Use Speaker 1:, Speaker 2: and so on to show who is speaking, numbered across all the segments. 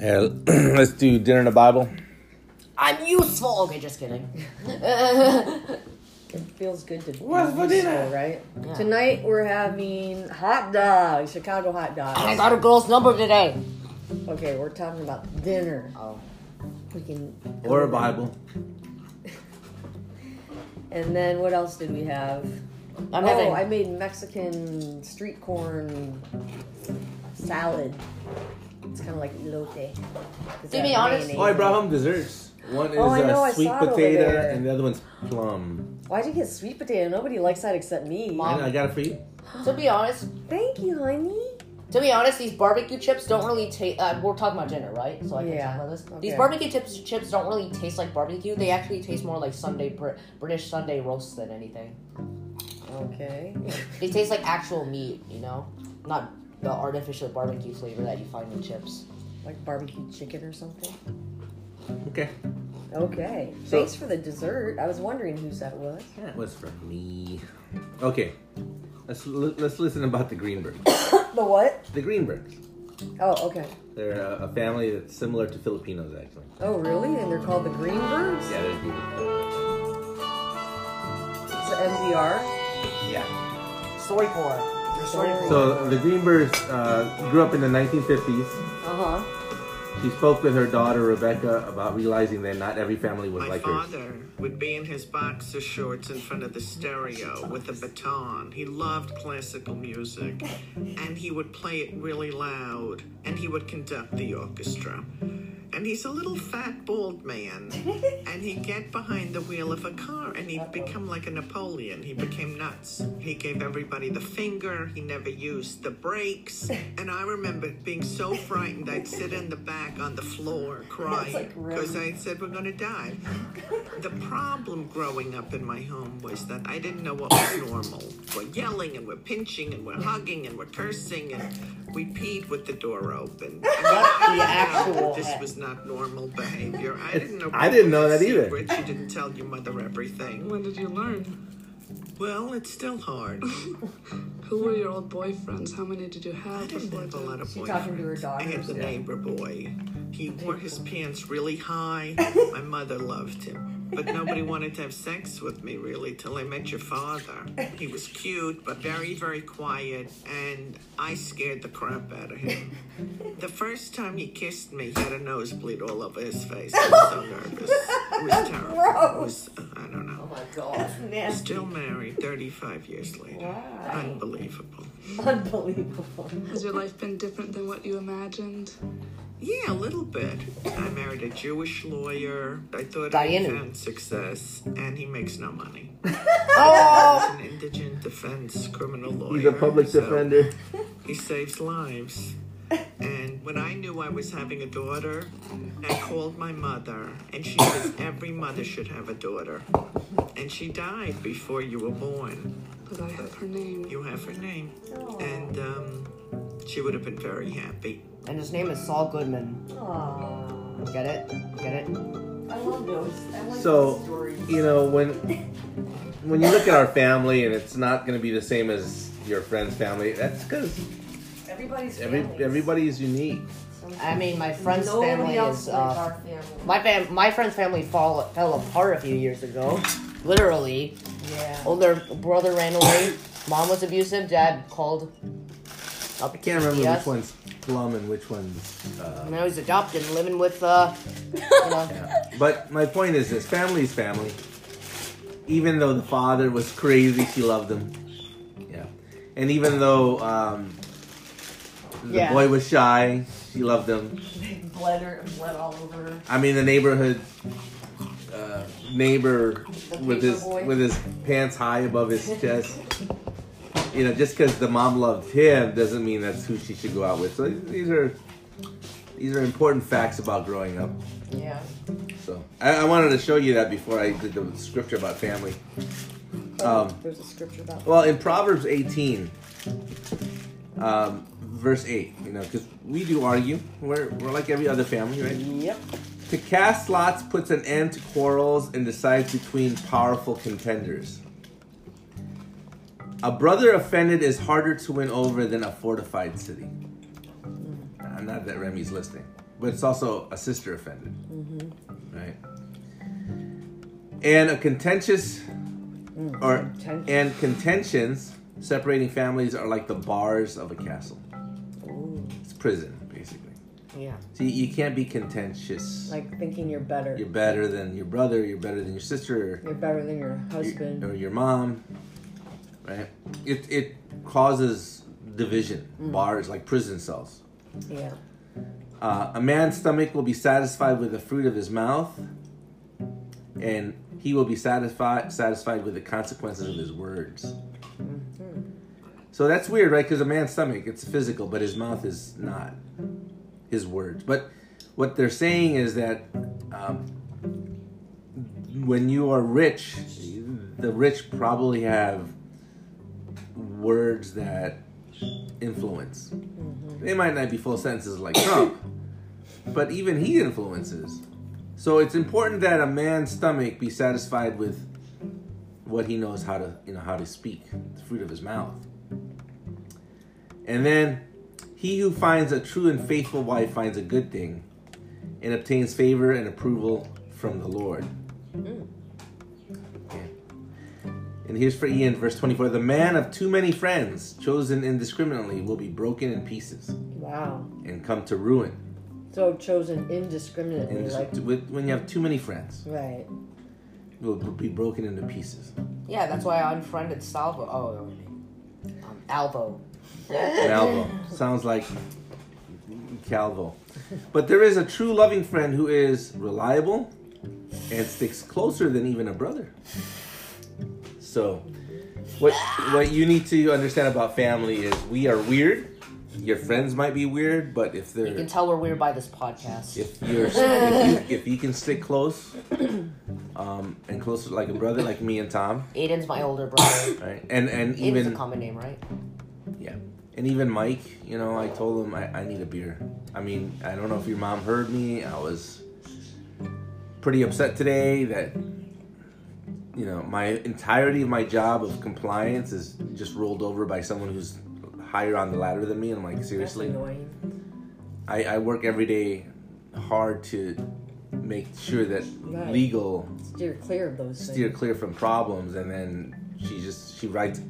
Speaker 1: Yeah, let's do dinner and a Bible.
Speaker 2: I'm useful. Okay, just kidding.
Speaker 3: It feels good to be
Speaker 1: What's for
Speaker 3: useful,
Speaker 1: dinner?
Speaker 3: right?
Speaker 2: Yeah.
Speaker 3: Tonight we're having hot dogs, Chicago hot
Speaker 2: I
Speaker 3: dogs.
Speaker 2: got a girl's number today.
Speaker 3: Okay, we're talking about dinner.
Speaker 2: Oh,
Speaker 3: We can
Speaker 1: Or a Bible.
Speaker 3: And then what else did we have?
Speaker 2: I'm
Speaker 3: oh,
Speaker 2: having.
Speaker 3: I made Mexican street corn salad. It's kind of like elote. It's
Speaker 2: To
Speaker 3: got
Speaker 2: be honest-
Speaker 3: mayonnaise.
Speaker 1: Oh, I brought home desserts. One is
Speaker 3: Oh, I know, I
Speaker 1: uh, sweet
Speaker 3: saw it over
Speaker 1: potato,
Speaker 3: there.
Speaker 1: and the other one's plum.
Speaker 3: Why'd you get sweet potato? Nobody likes that except me.
Speaker 2: Mom.
Speaker 1: And I got it for you.
Speaker 2: to be honest,
Speaker 3: Thank you, honey.
Speaker 2: to be honest, these barbecue chips don't really taste. Uh, we're talking about dinner, right? So I can
Speaker 3: Yeah,
Speaker 2: talk about this. These
Speaker 3: okay.
Speaker 2: barbecue chips chips don't really taste like barbecue. They actually taste more like Sunday Br- British Sunday roast than anything.
Speaker 3: Okay.
Speaker 2: They taste like actual meat, you know, not the artificial barbecue flavor that you find in chips.
Speaker 3: like barbecue chicken or something.
Speaker 1: Okay.
Speaker 3: Okay.
Speaker 1: So-
Speaker 3: Thanks for the dessert. I was wondering whose that was.
Speaker 1: That was for me. Okay. Let's li- let's listen about the Greenbergs.
Speaker 3: The what?
Speaker 1: The Greenbergs.
Speaker 3: Oh, okay.
Speaker 1: They're a, a family that's similar to Filipinos, actually.
Speaker 3: Oh, really? And they're called the Greenbirds?
Speaker 1: Yeah, they're beautiful.
Speaker 3: It's the MDR.
Speaker 1: Yeah.
Speaker 2: Story core. Your story core.
Speaker 1: So the Greenbergs uh, grew up in the 1950s.
Speaker 3: Uh huh.
Speaker 1: She spoke with her daughter Rebecca about realizing that not every family was
Speaker 4: My
Speaker 1: like hers.
Speaker 4: father would be in his boxer shorts in front of the stereo with a baton. He loved classical music, and he would play it really loud, and he would conduct the orchestra. And he's a little fat, bald man, and he'd get behind the wheel of a car, and he'd become like a Napoleon. He became nuts. He gave everybody the finger, he never used the brakes. And I remember being so frightened, I'd sit in the back on the floor crying
Speaker 3: like grim.
Speaker 4: because I said, We're gonna die. The problem growing up in my home was that I didn't know what was normal. We're yelling and we're pinching and we're hugging and we're cursing and we peed with the door open. I mean,
Speaker 2: the
Speaker 4: I didn't know
Speaker 2: actual
Speaker 4: that this
Speaker 2: heck?
Speaker 4: was not normal behavior. I
Speaker 1: It's-
Speaker 4: didn't know.
Speaker 1: I didn't know that either.
Speaker 4: Secrets. You didn't tell your mother everything.
Speaker 5: When did you learn?
Speaker 4: Well, it's still hard.
Speaker 5: Who were your old boyfriends? How many did you
Speaker 4: I
Speaker 5: have
Speaker 4: didn't
Speaker 5: before
Speaker 4: have a
Speaker 5: this?
Speaker 4: lot of
Speaker 3: She's talking to her
Speaker 4: boyfriends. I had
Speaker 3: daughters,
Speaker 4: the
Speaker 3: yeah.
Speaker 4: neighbor boy. He wore his pants really high. My mother loved him. But nobody wanted to have sex with me really till I met your father. He was cute, but very, very quiet, and I scared the crap out of him. The first time he kissed me, he had a nosebleed all over his face. I was so nervous. It was terrible. It was, uh, I don't know.
Speaker 2: Oh my god.
Speaker 4: Still married 35 years later. Unbelievable.
Speaker 3: Unbelievable.
Speaker 5: Has your life been different than what you imagined?
Speaker 4: Yeah, a little bit. I married a Jewish lawyer. I thought
Speaker 2: Diana.
Speaker 4: I found success, and he makes no money.
Speaker 2: Oh!
Speaker 4: He's an indigent defense criminal lawyer.
Speaker 1: He's a public
Speaker 4: so
Speaker 1: defender.
Speaker 4: He saves lives. And when I knew I was having a daughter, I called my mother, and she says every mother should have a daughter. And she died before you were born.
Speaker 5: But I have her name.
Speaker 4: You have her name. And um, she would have been very happy.
Speaker 2: And his name is Saul Goodman.
Speaker 3: Aww.
Speaker 2: Get it? Get it?
Speaker 3: I love those. I like those
Speaker 1: So
Speaker 3: stories.
Speaker 1: you know when when you look at our family and it's not going to be the same as your friend's family. That's because
Speaker 3: Everybody's
Speaker 1: every
Speaker 3: families.
Speaker 1: everybody is unique.
Speaker 2: I mean, my friend's
Speaker 3: Nobody
Speaker 2: family
Speaker 3: else
Speaker 2: is.
Speaker 3: like
Speaker 2: Uh,
Speaker 3: our family.
Speaker 2: my fam- my friend's family fall- fell apart a few years ago. Literally,
Speaker 3: Yeah.
Speaker 2: older brother ran away. Mom was abusive. Dad called.
Speaker 1: I can't remember which
Speaker 2: Yes.
Speaker 1: one's plum and which one's. Uh,
Speaker 2: And now he's adopted, and living with. Uh, you know,
Speaker 1: yeah. But my point is this: family is family. Even though the father was crazy, she loved him. Yeah, and even though um, the
Speaker 3: Yeah.
Speaker 1: boy was shy, she loved him.
Speaker 3: Bled her, bled all over her.
Speaker 1: I mean, the neighborhood uh, neighbor with
Speaker 3: paper
Speaker 1: his
Speaker 3: boy.
Speaker 1: with his pants high above his chest. You know, just because the mom loved him doesn't mean that's who she should go out with. So these are these are important facts about growing up.
Speaker 3: Yeah.
Speaker 1: So I, I wanted to show you that before I did the scripture about family. Um,
Speaker 3: There's a scripture about
Speaker 1: well, in Proverbs 18, um, verse 8, you know, because we do argue. We're, we're like every other family, right?
Speaker 3: Yep.
Speaker 1: To cast lots puts an end to quarrels and decides between powerful contenders. A brother offended is harder to win over than a fortified city. I'm not that Remy's listening. but it's also a sister offended, right? And a contentious or
Speaker 3: Content-
Speaker 1: and contentions separating families are like the bars of a castle.
Speaker 3: Oh. Mm.
Speaker 1: It's prison, basically.
Speaker 2: Yeah.
Speaker 1: See, you can't be contentious.
Speaker 3: Like thinking you're better.
Speaker 1: you're
Speaker 3: You're,
Speaker 1: better than your brother. You're better than your sister. or
Speaker 3: better than your husband.
Speaker 1: or your mom, right? It it causes division, bars like prison cells.
Speaker 3: yeah.
Speaker 1: Uh, a man's stomach will be satisfied with the fruit of his mouth, and he will be satisfied satisfied with the consequences of his words. So that's weird, right? Because a man's stomach it's physical, but his mouth is not his words. But what they're saying is that um, when you are rich, the rich probably have words that influence. They might not be full sentences like Trump, but even he influences. So it's important that a man's stomach be satisfied with what he knows how to, you know, how to speak, the fruit of his mouth. And then he who finds a true and faithful wife finds a good thing and obtains favor and approval from the Lord. Okay. And here's for Ian, verse 24. The man of too many friends, chosen indiscriminately, will be broken in pieces
Speaker 3: Wow.
Speaker 1: and come to ruin.
Speaker 3: So chosen indiscriminately,
Speaker 1: And this-
Speaker 3: like
Speaker 1: with, when you have too many friends,
Speaker 3: right.
Speaker 1: it will be broken into pieces.
Speaker 2: Yeah, that's why I unfriended Salvo. Oh, um, Alvo.
Speaker 1: Calvo. Sounds like Calvo. But there is a true loving friend who is reliable and sticks closer than even a brother. So, what what you need to understand about family is we are weird. Your friends might be weird, but if they're
Speaker 2: You can tell we're weird by this podcast.
Speaker 1: if you're if you, if you can stick close, um, and closer like a brother, like me and Tom,
Speaker 2: Aiden's my older brother.
Speaker 1: right? And and
Speaker 2: Aiden's a
Speaker 1: even
Speaker 2: common name, right?
Speaker 1: Yeah. And even Mike, you know, I told him I, I need a beer. I mean, I don't know if your mom heard me. I was pretty upset today that, you know, my entirety of my job of compliance is just rolled over by someone who's higher on the ladder than me. And I'm like,
Speaker 3: That's
Speaker 1: seriously?
Speaker 3: annoying.
Speaker 1: I, I work every day hard to make sure that
Speaker 3: Right.
Speaker 1: legal
Speaker 3: Steer clear of those
Speaker 1: steer
Speaker 3: things.
Speaker 1: clear from problems and then she just she writes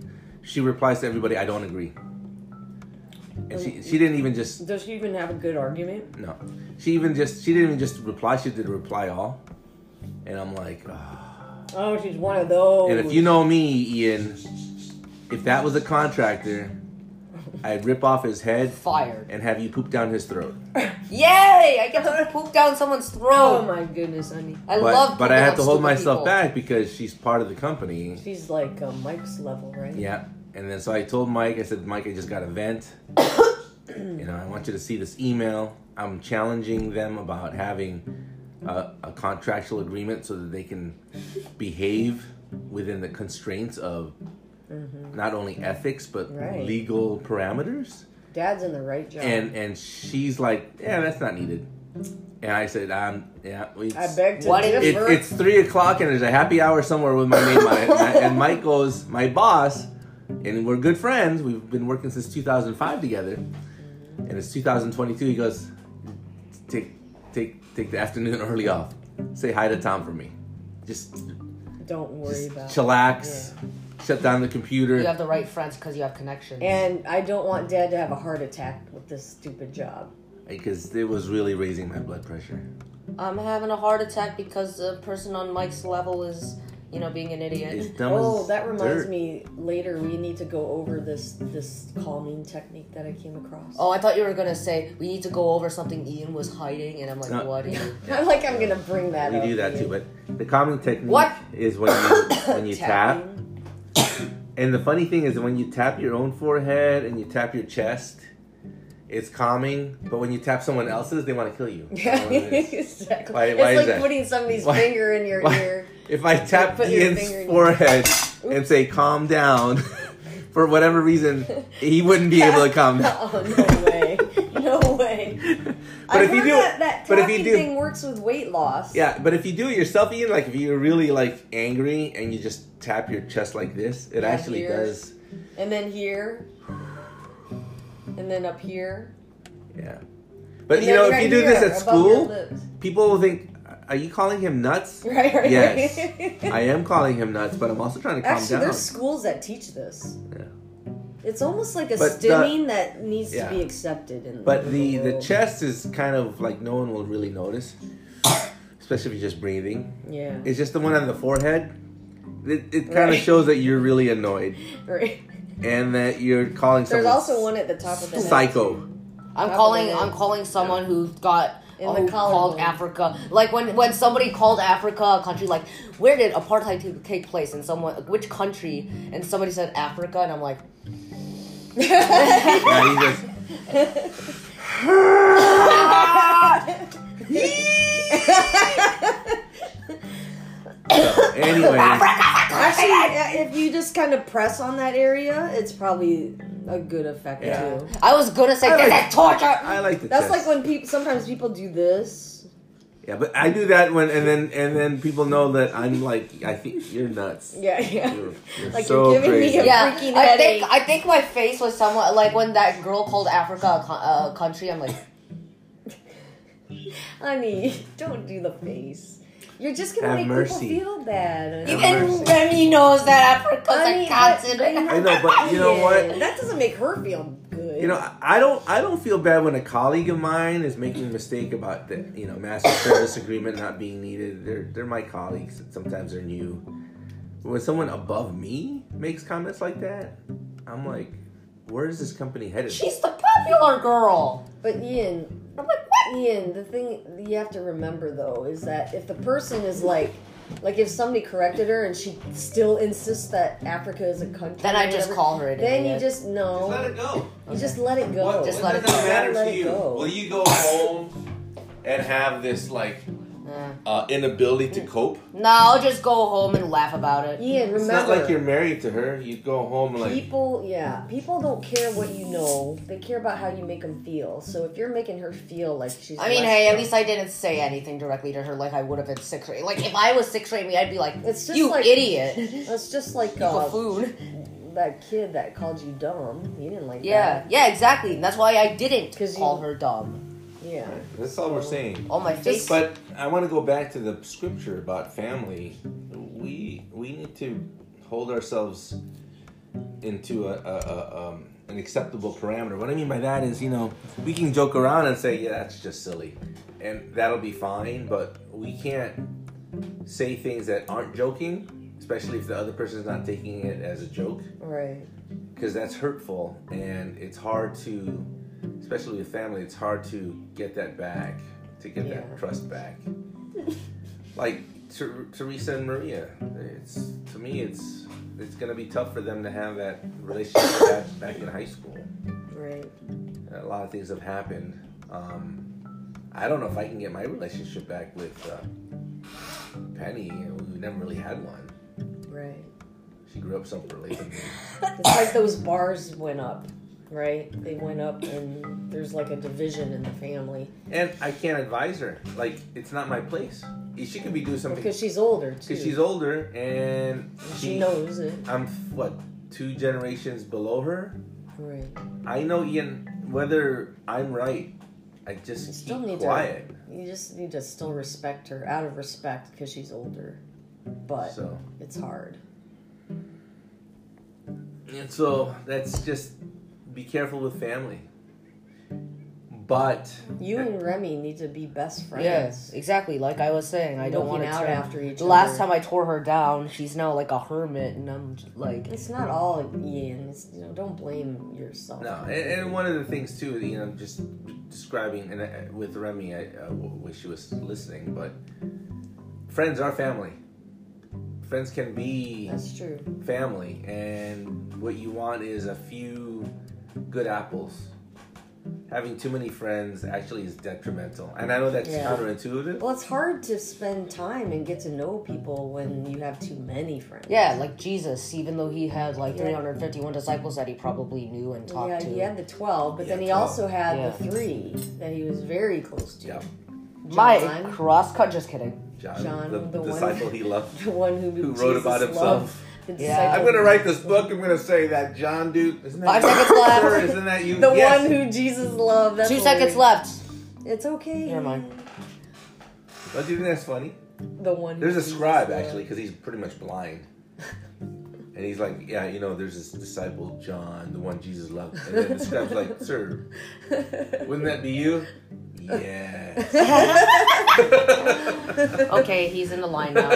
Speaker 1: she replies to everybody i don't agree and she she didn't even just
Speaker 3: Does she even have a good argument?
Speaker 1: no she even just she didn't even just reply she did a reply all and i'm like "Ah."
Speaker 3: Oh, she's one of those.
Speaker 1: and if you know me ian if that was a contractor i'd rip off his head
Speaker 2: Fired.
Speaker 1: and have you poop down his throat
Speaker 2: Yay! I get to poop down someone's
Speaker 3: Oh
Speaker 2: throat.
Speaker 3: my goodness, honey.
Speaker 2: I
Speaker 1: but
Speaker 2: love.
Speaker 1: but i
Speaker 2: pooping
Speaker 1: have
Speaker 2: on
Speaker 1: to hold
Speaker 2: stupid
Speaker 1: myself
Speaker 2: people.
Speaker 1: back because she's part of the company
Speaker 3: She's like uh, Mike's level, right?
Speaker 1: Yeah. And then so I told Mike, I said, Mike, I just got a vent. you know, I want you to see this email. I'm challenging them about having a, a contractual agreement so that they can behave within the constraints of not only ethics but
Speaker 3: Mm-hmm. Right.
Speaker 1: legal parameters.
Speaker 3: Dad's in the right job.
Speaker 1: And and she's like, yeah, that's not needed. And I said, um, yeah, we
Speaker 3: I beg to
Speaker 2: What if-
Speaker 1: it,
Speaker 3: differ.
Speaker 1: it's three o'clock and there's a happy hour somewhere with my name on it. And, I- and Mike goes, my boss, and we're good friends. We've been working since 2005 together, and it's 2022. He goes, take, take, take the afternoon early off. Say hi to Tom for me. Just,
Speaker 3: Don't worry
Speaker 1: just
Speaker 3: about. it.
Speaker 1: chillax. Shut down the computer.
Speaker 2: You have the right friends because you have connections.
Speaker 3: And I don't want Dad to have a heart attack with this stupid job.
Speaker 1: Because it was really raising my blood pressure.
Speaker 2: I'm having a heart attack because the person on Mike's level is, you know, being an
Speaker 1: It's
Speaker 2: idiot.
Speaker 1: dumb
Speaker 3: Oh,
Speaker 1: as
Speaker 3: that reminds
Speaker 1: dirt.
Speaker 3: me. Later, we need to go over this this calming technique that I came across.
Speaker 2: Oh, I thought you were gonna say we need to go over something Ian was hiding, and I'm like,
Speaker 1: No.
Speaker 2: what? Ian?
Speaker 3: I'm like I'm gonna bring that
Speaker 1: We
Speaker 3: up.
Speaker 1: do that too, but the calming technique
Speaker 2: What?
Speaker 1: is when you when you tap.
Speaker 3: Tapping.
Speaker 1: And the funny thing is, when you tap your own forehead and you tap your chest, it's calming. But when you tap someone else's, they want to kill you.
Speaker 3: Yeah,
Speaker 1: I don't know what it is.
Speaker 3: exactly.
Speaker 1: Why-
Speaker 3: it's
Speaker 1: why is
Speaker 3: like
Speaker 1: that?
Speaker 3: putting somebody's
Speaker 1: Why-
Speaker 3: finger in your
Speaker 1: why-
Speaker 3: ear.
Speaker 1: if I tap
Speaker 3: Put your
Speaker 1: Ian's
Speaker 3: finger in your-
Speaker 1: forehead and say "calm down," for whatever reason, he wouldn't be able to calm down.
Speaker 3: Oh no way! No way!
Speaker 1: But
Speaker 3: I
Speaker 1: if you
Speaker 3: heard
Speaker 1: do,
Speaker 3: that, that
Speaker 1: but if you do,
Speaker 3: tapping thing works with weight loss.
Speaker 1: yeah, but if you do it yourself, Ian, like if you're really like angry and you just tap your chest like this, it
Speaker 3: Yeah,
Speaker 1: actually
Speaker 3: here.
Speaker 1: does.
Speaker 3: And then here, and then up here.
Speaker 1: Yeah. But you, know, if
Speaker 3: right
Speaker 1: you do
Speaker 3: here,
Speaker 1: this at
Speaker 3: above your
Speaker 1: school,
Speaker 3: lips.
Speaker 1: people will think, "Are you calling him nuts?"
Speaker 3: Right, right.
Speaker 1: Yes,
Speaker 3: right.
Speaker 1: I am calling him nuts, but I'm also trying to calm
Speaker 3: Actually,
Speaker 1: down.
Speaker 3: there's schools that teach this.
Speaker 1: Yeah.
Speaker 3: It's almost like a
Speaker 1: But the-
Speaker 3: stimming that needs
Speaker 1: yeah.
Speaker 3: to be accepted in
Speaker 1: But the the
Speaker 3: world.
Speaker 1: chest is kind of like no one will really notice, especially if you're just breathing.
Speaker 3: Yeah.
Speaker 1: It's just the one on the forehead. It, it kind
Speaker 3: Right.
Speaker 1: of shows that you're really annoyed
Speaker 3: Right.
Speaker 1: and that you're calling
Speaker 3: There's
Speaker 1: someone
Speaker 3: also one at the top of the neck.
Speaker 1: psycho.
Speaker 2: I'm
Speaker 3: Top
Speaker 2: calling.
Speaker 3: of the-
Speaker 2: I'm calling someone who got
Speaker 3: In
Speaker 2: uh,
Speaker 3: the
Speaker 2: who
Speaker 3: collarbone.
Speaker 2: called Africa. Like when when somebody called Africa a country. Like where did apartheid t- take place? And someone which country? And somebody said Africa, and I'm like,
Speaker 1: Yeah, he just- So, anyway,
Speaker 3: Actually, yeah, if you just kind of press on that area, it's probably a good effect
Speaker 1: Yeah.
Speaker 3: too.
Speaker 2: I was gonna say
Speaker 1: I
Speaker 2: this
Speaker 1: like-
Speaker 2: is torture.
Speaker 1: I like the
Speaker 3: That's
Speaker 1: chest.
Speaker 3: like when people sometimes people do this.
Speaker 1: yeah, but I do that when and then and then people know that I'm like I think you're nuts.
Speaker 3: Yeah, yeah.
Speaker 1: You're, you're
Speaker 3: Like
Speaker 1: so
Speaker 3: you're giving
Speaker 1: crazy.
Speaker 3: me a
Speaker 2: Yeah,
Speaker 3: freaking
Speaker 2: I
Speaker 3: headache.
Speaker 2: think I think my face was somewhat like when that girl called Africa a, co- a country. I'm like,
Speaker 3: Honey, don't do the face. You're just gonna
Speaker 1: Have
Speaker 3: make
Speaker 1: mercy.
Speaker 3: people feel
Speaker 1: Have
Speaker 3: bad.
Speaker 1: mercy.
Speaker 2: and Remy knows that Africa's
Speaker 3: Honey,
Speaker 2: a continent.
Speaker 1: I know, but you know what?
Speaker 3: That doesn't make her feel good.
Speaker 1: You know, I- I don't I don't feel bad when a colleague of mine is making a mistake about the you know master service agreement not being needed. They're they're my colleagues. Sometimes they're new. But when someone above me makes comments like that, I'm like, where is this company headed?
Speaker 2: She's the popular girl.
Speaker 3: but Ian,
Speaker 2: I'm like, what?
Speaker 3: Ian, the thing you have to remember though is that if the person is like, like if somebody corrected her and she still insists that Africa is a country,
Speaker 2: Then I
Speaker 3: or
Speaker 2: just
Speaker 3: whatever,
Speaker 2: call her an
Speaker 3: Then you
Speaker 2: idiot.
Speaker 3: just no,
Speaker 1: Just let it go.
Speaker 3: you just let it go.
Speaker 1: What,
Speaker 2: Just
Speaker 1: what
Speaker 2: let
Speaker 1: does
Speaker 2: it
Speaker 1: that
Speaker 2: go.
Speaker 1: matter
Speaker 3: Let
Speaker 1: to
Speaker 3: it
Speaker 1: you?
Speaker 3: go.
Speaker 1: Will you go home and have this like
Speaker 2: Yeah. Mm.
Speaker 1: uh, inability to cope?
Speaker 2: No, just go home and laugh about it.
Speaker 3: Ian, remember,
Speaker 1: It's not like you're married to her. You go home like
Speaker 3: people. Yeah, people don't care what you know; they care about how you make them feel. So if you're making her feel like she's,
Speaker 2: I mean,
Speaker 3: less
Speaker 2: hey, at
Speaker 3: than-
Speaker 2: least I didn't say anything directly to her like I would have in sixth grade. Like, if I was sixth grade me, I'd be like,
Speaker 3: It's just
Speaker 2: you
Speaker 3: like-
Speaker 2: idiot.
Speaker 3: that's just like
Speaker 2: Uh,
Speaker 3: uh,
Speaker 2: food.
Speaker 3: that kid that called you dumb. You didn't like
Speaker 2: Yeah, yeah, exactly. And that's why I didn't
Speaker 3: 'Cause
Speaker 2: call
Speaker 3: you-
Speaker 2: her dumb.
Speaker 3: that. Yeah,
Speaker 1: that's all we're saying.
Speaker 2: Oh, my face.
Speaker 1: But I want to go back to the scripture about family. We we need to hold ourselves into a, a, a um, an acceptable parameter. What I mean by that is, you know, we can joke around and say, "Yeah, that's just silly," and that'll be fine. But we can't say things that aren't joking, especially if the other person's not taking it as a joke
Speaker 3: right.
Speaker 1: because that's hurtful and it's hard to especially with family it's hard to get that back to get
Speaker 3: Yeah.
Speaker 1: that trust back like Ter- teresa and maria it's to me it's it's gonna be tough for them to have that relationship back, back in high school
Speaker 3: Right.
Speaker 1: a lot of things have happened um, i don't know if i can get my relationship back with uh, penny we never really had one
Speaker 3: Right.
Speaker 1: she grew up separately from me.
Speaker 3: It's like those bars went up, right? They went up, and there's like a division in the family
Speaker 1: And I can't advise her. Like, it's not my place. She could be doing something
Speaker 3: because
Speaker 1: because
Speaker 3: she's older too.
Speaker 1: she's older and
Speaker 3: she knows it.
Speaker 1: I'm what two generations below her.
Speaker 3: Right.
Speaker 1: I know Ian. Whether I'm right, I just
Speaker 3: Still
Speaker 1: keep
Speaker 3: need to-
Speaker 1: quiet.
Speaker 3: You just need to still respect her out of respect because she's older, but
Speaker 1: So
Speaker 3: it's hard.
Speaker 1: and so that's just be careful with family. But
Speaker 3: You and Remy need to be best friends.
Speaker 2: Yes, exactly. Like I was saying, I don't want
Speaker 3: Looking
Speaker 2: to
Speaker 3: out
Speaker 2: tear-
Speaker 3: after each
Speaker 2: The last
Speaker 3: other.
Speaker 2: time I tore her down, she's now like a hermit, and I'm just like,
Speaker 3: It's not all Ian. It's, you know, don't blame yourself.
Speaker 1: No, and, and one of the things too, you know, just describing and I, with Remy, I, I wish she was listening, but friends are family. Friends can be
Speaker 3: That's true.
Speaker 1: family, and what you want is a few good apples. Having too many friends actually is detrimental, and I know that's
Speaker 3: Yeah. Oh,
Speaker 1: counterintuitive.
Speaker 3: Well, it's hard to spend time and get to know people when you have too many friends.
Speaker 2: yeah, like Jesus, even though he had like
Speaker 3: Yeah.
Speaker 2: 351 disciples that he probably knew and talked
Speaker 3: yeah,
Speaker 2: to.
Speaker 3: he had the 12, but
Speaker 1: Yeah,
Speaker 3: then he
Speaker 1: 12.
Speaker 3: also had the
Speaker 2: Yeah.
Speaker 3: three that he was very close to.
Speaker 1: Yeah,
Speaker 2: My
Speaker 3: John.
Speaker 2: cross cut, just kidding.
Speaker 1: John,
Speaker 3: John,
Speaker 1: the,
Speaker 3: the one-
Speaker 1: disciple he loved,
Speaker 3: The one who,
Speaker 1: who
Speaker 3: Jesus
Speaker 1: wrote about
Speaker 3: loved,
Speaker 1: himself.
Speaker 3: The
Speaker 2: Yeah.
Speaker 1: I'm
Speaker 3: disciple-
Speaker 1: gonna write this book. I'm gonna say that John dude. Isn't that
Speaker 2: Five seconds left.
Speaker 1: Isn't that you?
Speaker 3: The
Speaker 1: Yes.
Speaker 3: one who Jesus loved. That's
Speaker 2: Two
Speaker 3: hilarious.
Speaker 2: seconds left.
Speaker 3: It's okay.
Speaker 2: Never mind.
Speaker 1: But do you think that's funny?
Speaker 3: The one.
Speaker 1: There's a
Speaker 3: Jesus
Speaker 1: scribe
Speaker 3: man.
Speaker 1: actually, because he's pretty much blind, and he's like, "Yeah, you know, there's this disciple John, the one Jesus loved." And then the scribe's like, "Sir, wouldn't that be you?" Yeah.
Speaker 2: Okay, he's in the line now.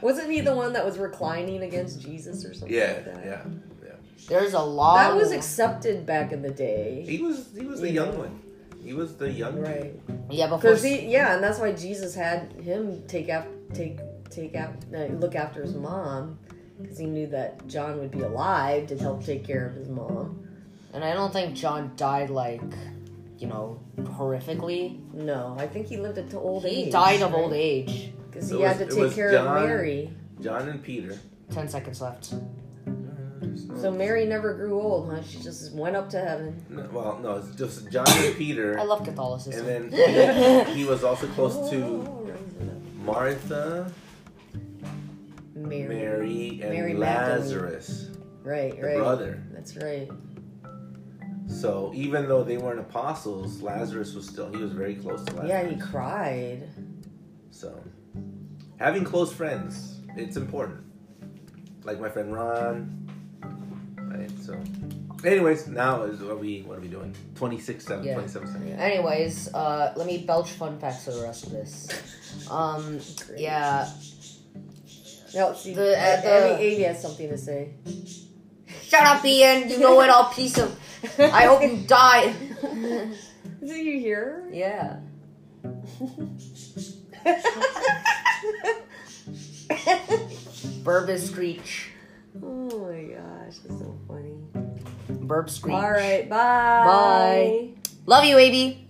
Speaker 3: Wasn't he the one that was reclining against Jesus or something?
Speaker 1: Hmm. Yeah,
Speaker 3: like that?
Speaker 1: yeah, yeah.
Speaker 2: There's a lot.
Speaker 3: That was accepted back in the day.
Speaker 1: He was he was the young one. He was the young one.
Speaker 3: Right.
Speaker 2: yeah, but
Speaker 3: Because
Speaker 2: first,
Speaker 3: he, yeah, and that's why Jesus had him take af- take take af- no, look after his mom, because he knew that John would be alive to help take care of his mom.
Speaker 2: and I don't think John died like, you know, horrifically.
Speaker 3: No, I think he lived it to old age.
Speaker 2: He died of old age.
Speaker 3: because he
Speaker 1: It was-
Speaker 3: had to
Speaker 1: it
Speaker 3: take
Speaker 1: was
Speaker 3: care
Speaker 1: John.
Speaker 3: of Mary.
Speaker 1: John and Peter.
Speaker 2: Ten seconds left.
Speaker 3: So Mary never grew old, huh? She just went up to heaven.
Speaker 1: No, well, no, it's just John and Peter,
Speaker 2: I love
Speaker 1: and
Speaker 2: Catholicism.
Speaker 1: then he, he was also close to
Speaker 3: Oh, raise it up.
Speaker 1: Martha,
Speaker 3: Mary.
Speaker 1: Mary, and
Speaker 3: Mary Magdalene.
Speaker 1: Lazarus,
Speaker 3: Right,
Speaker 1: the
Speaker 3: right.
Speaker 1: brother.
Speaker 3: That's right.
Speaker 1: So even though they weren't apostles, Lazarus was still he was very close to Lazarus.
Speaker 3: Yeah, he cried.
Speaker 1: So having close friends, it's important. Like my friend Ron. Right. So anyways, now is what are we what are we doing? 26 7
Speaker 2: Yeah.
Speaker 1: 27 7.
Speaker 2: Anyways, uh, let me belch fun facts for the rest of this. Um, yeah.
Speaker 3: No, see,
Speaker 2: The- at the-
Speaker 3: Amy, Amy has something to say.
Speaker 2: Shut up, Ian. You know it all, piece of. I hope you die.
Speaker 3: Did you hear?
Speaker 2: yeah. Burb is screech.
Speaker 3: Oh my gosh, that's so funny.
Speaker 2: Burb screech.
Speaker 3: All right, bye.
Speaker 2: Bye. Love you, AB.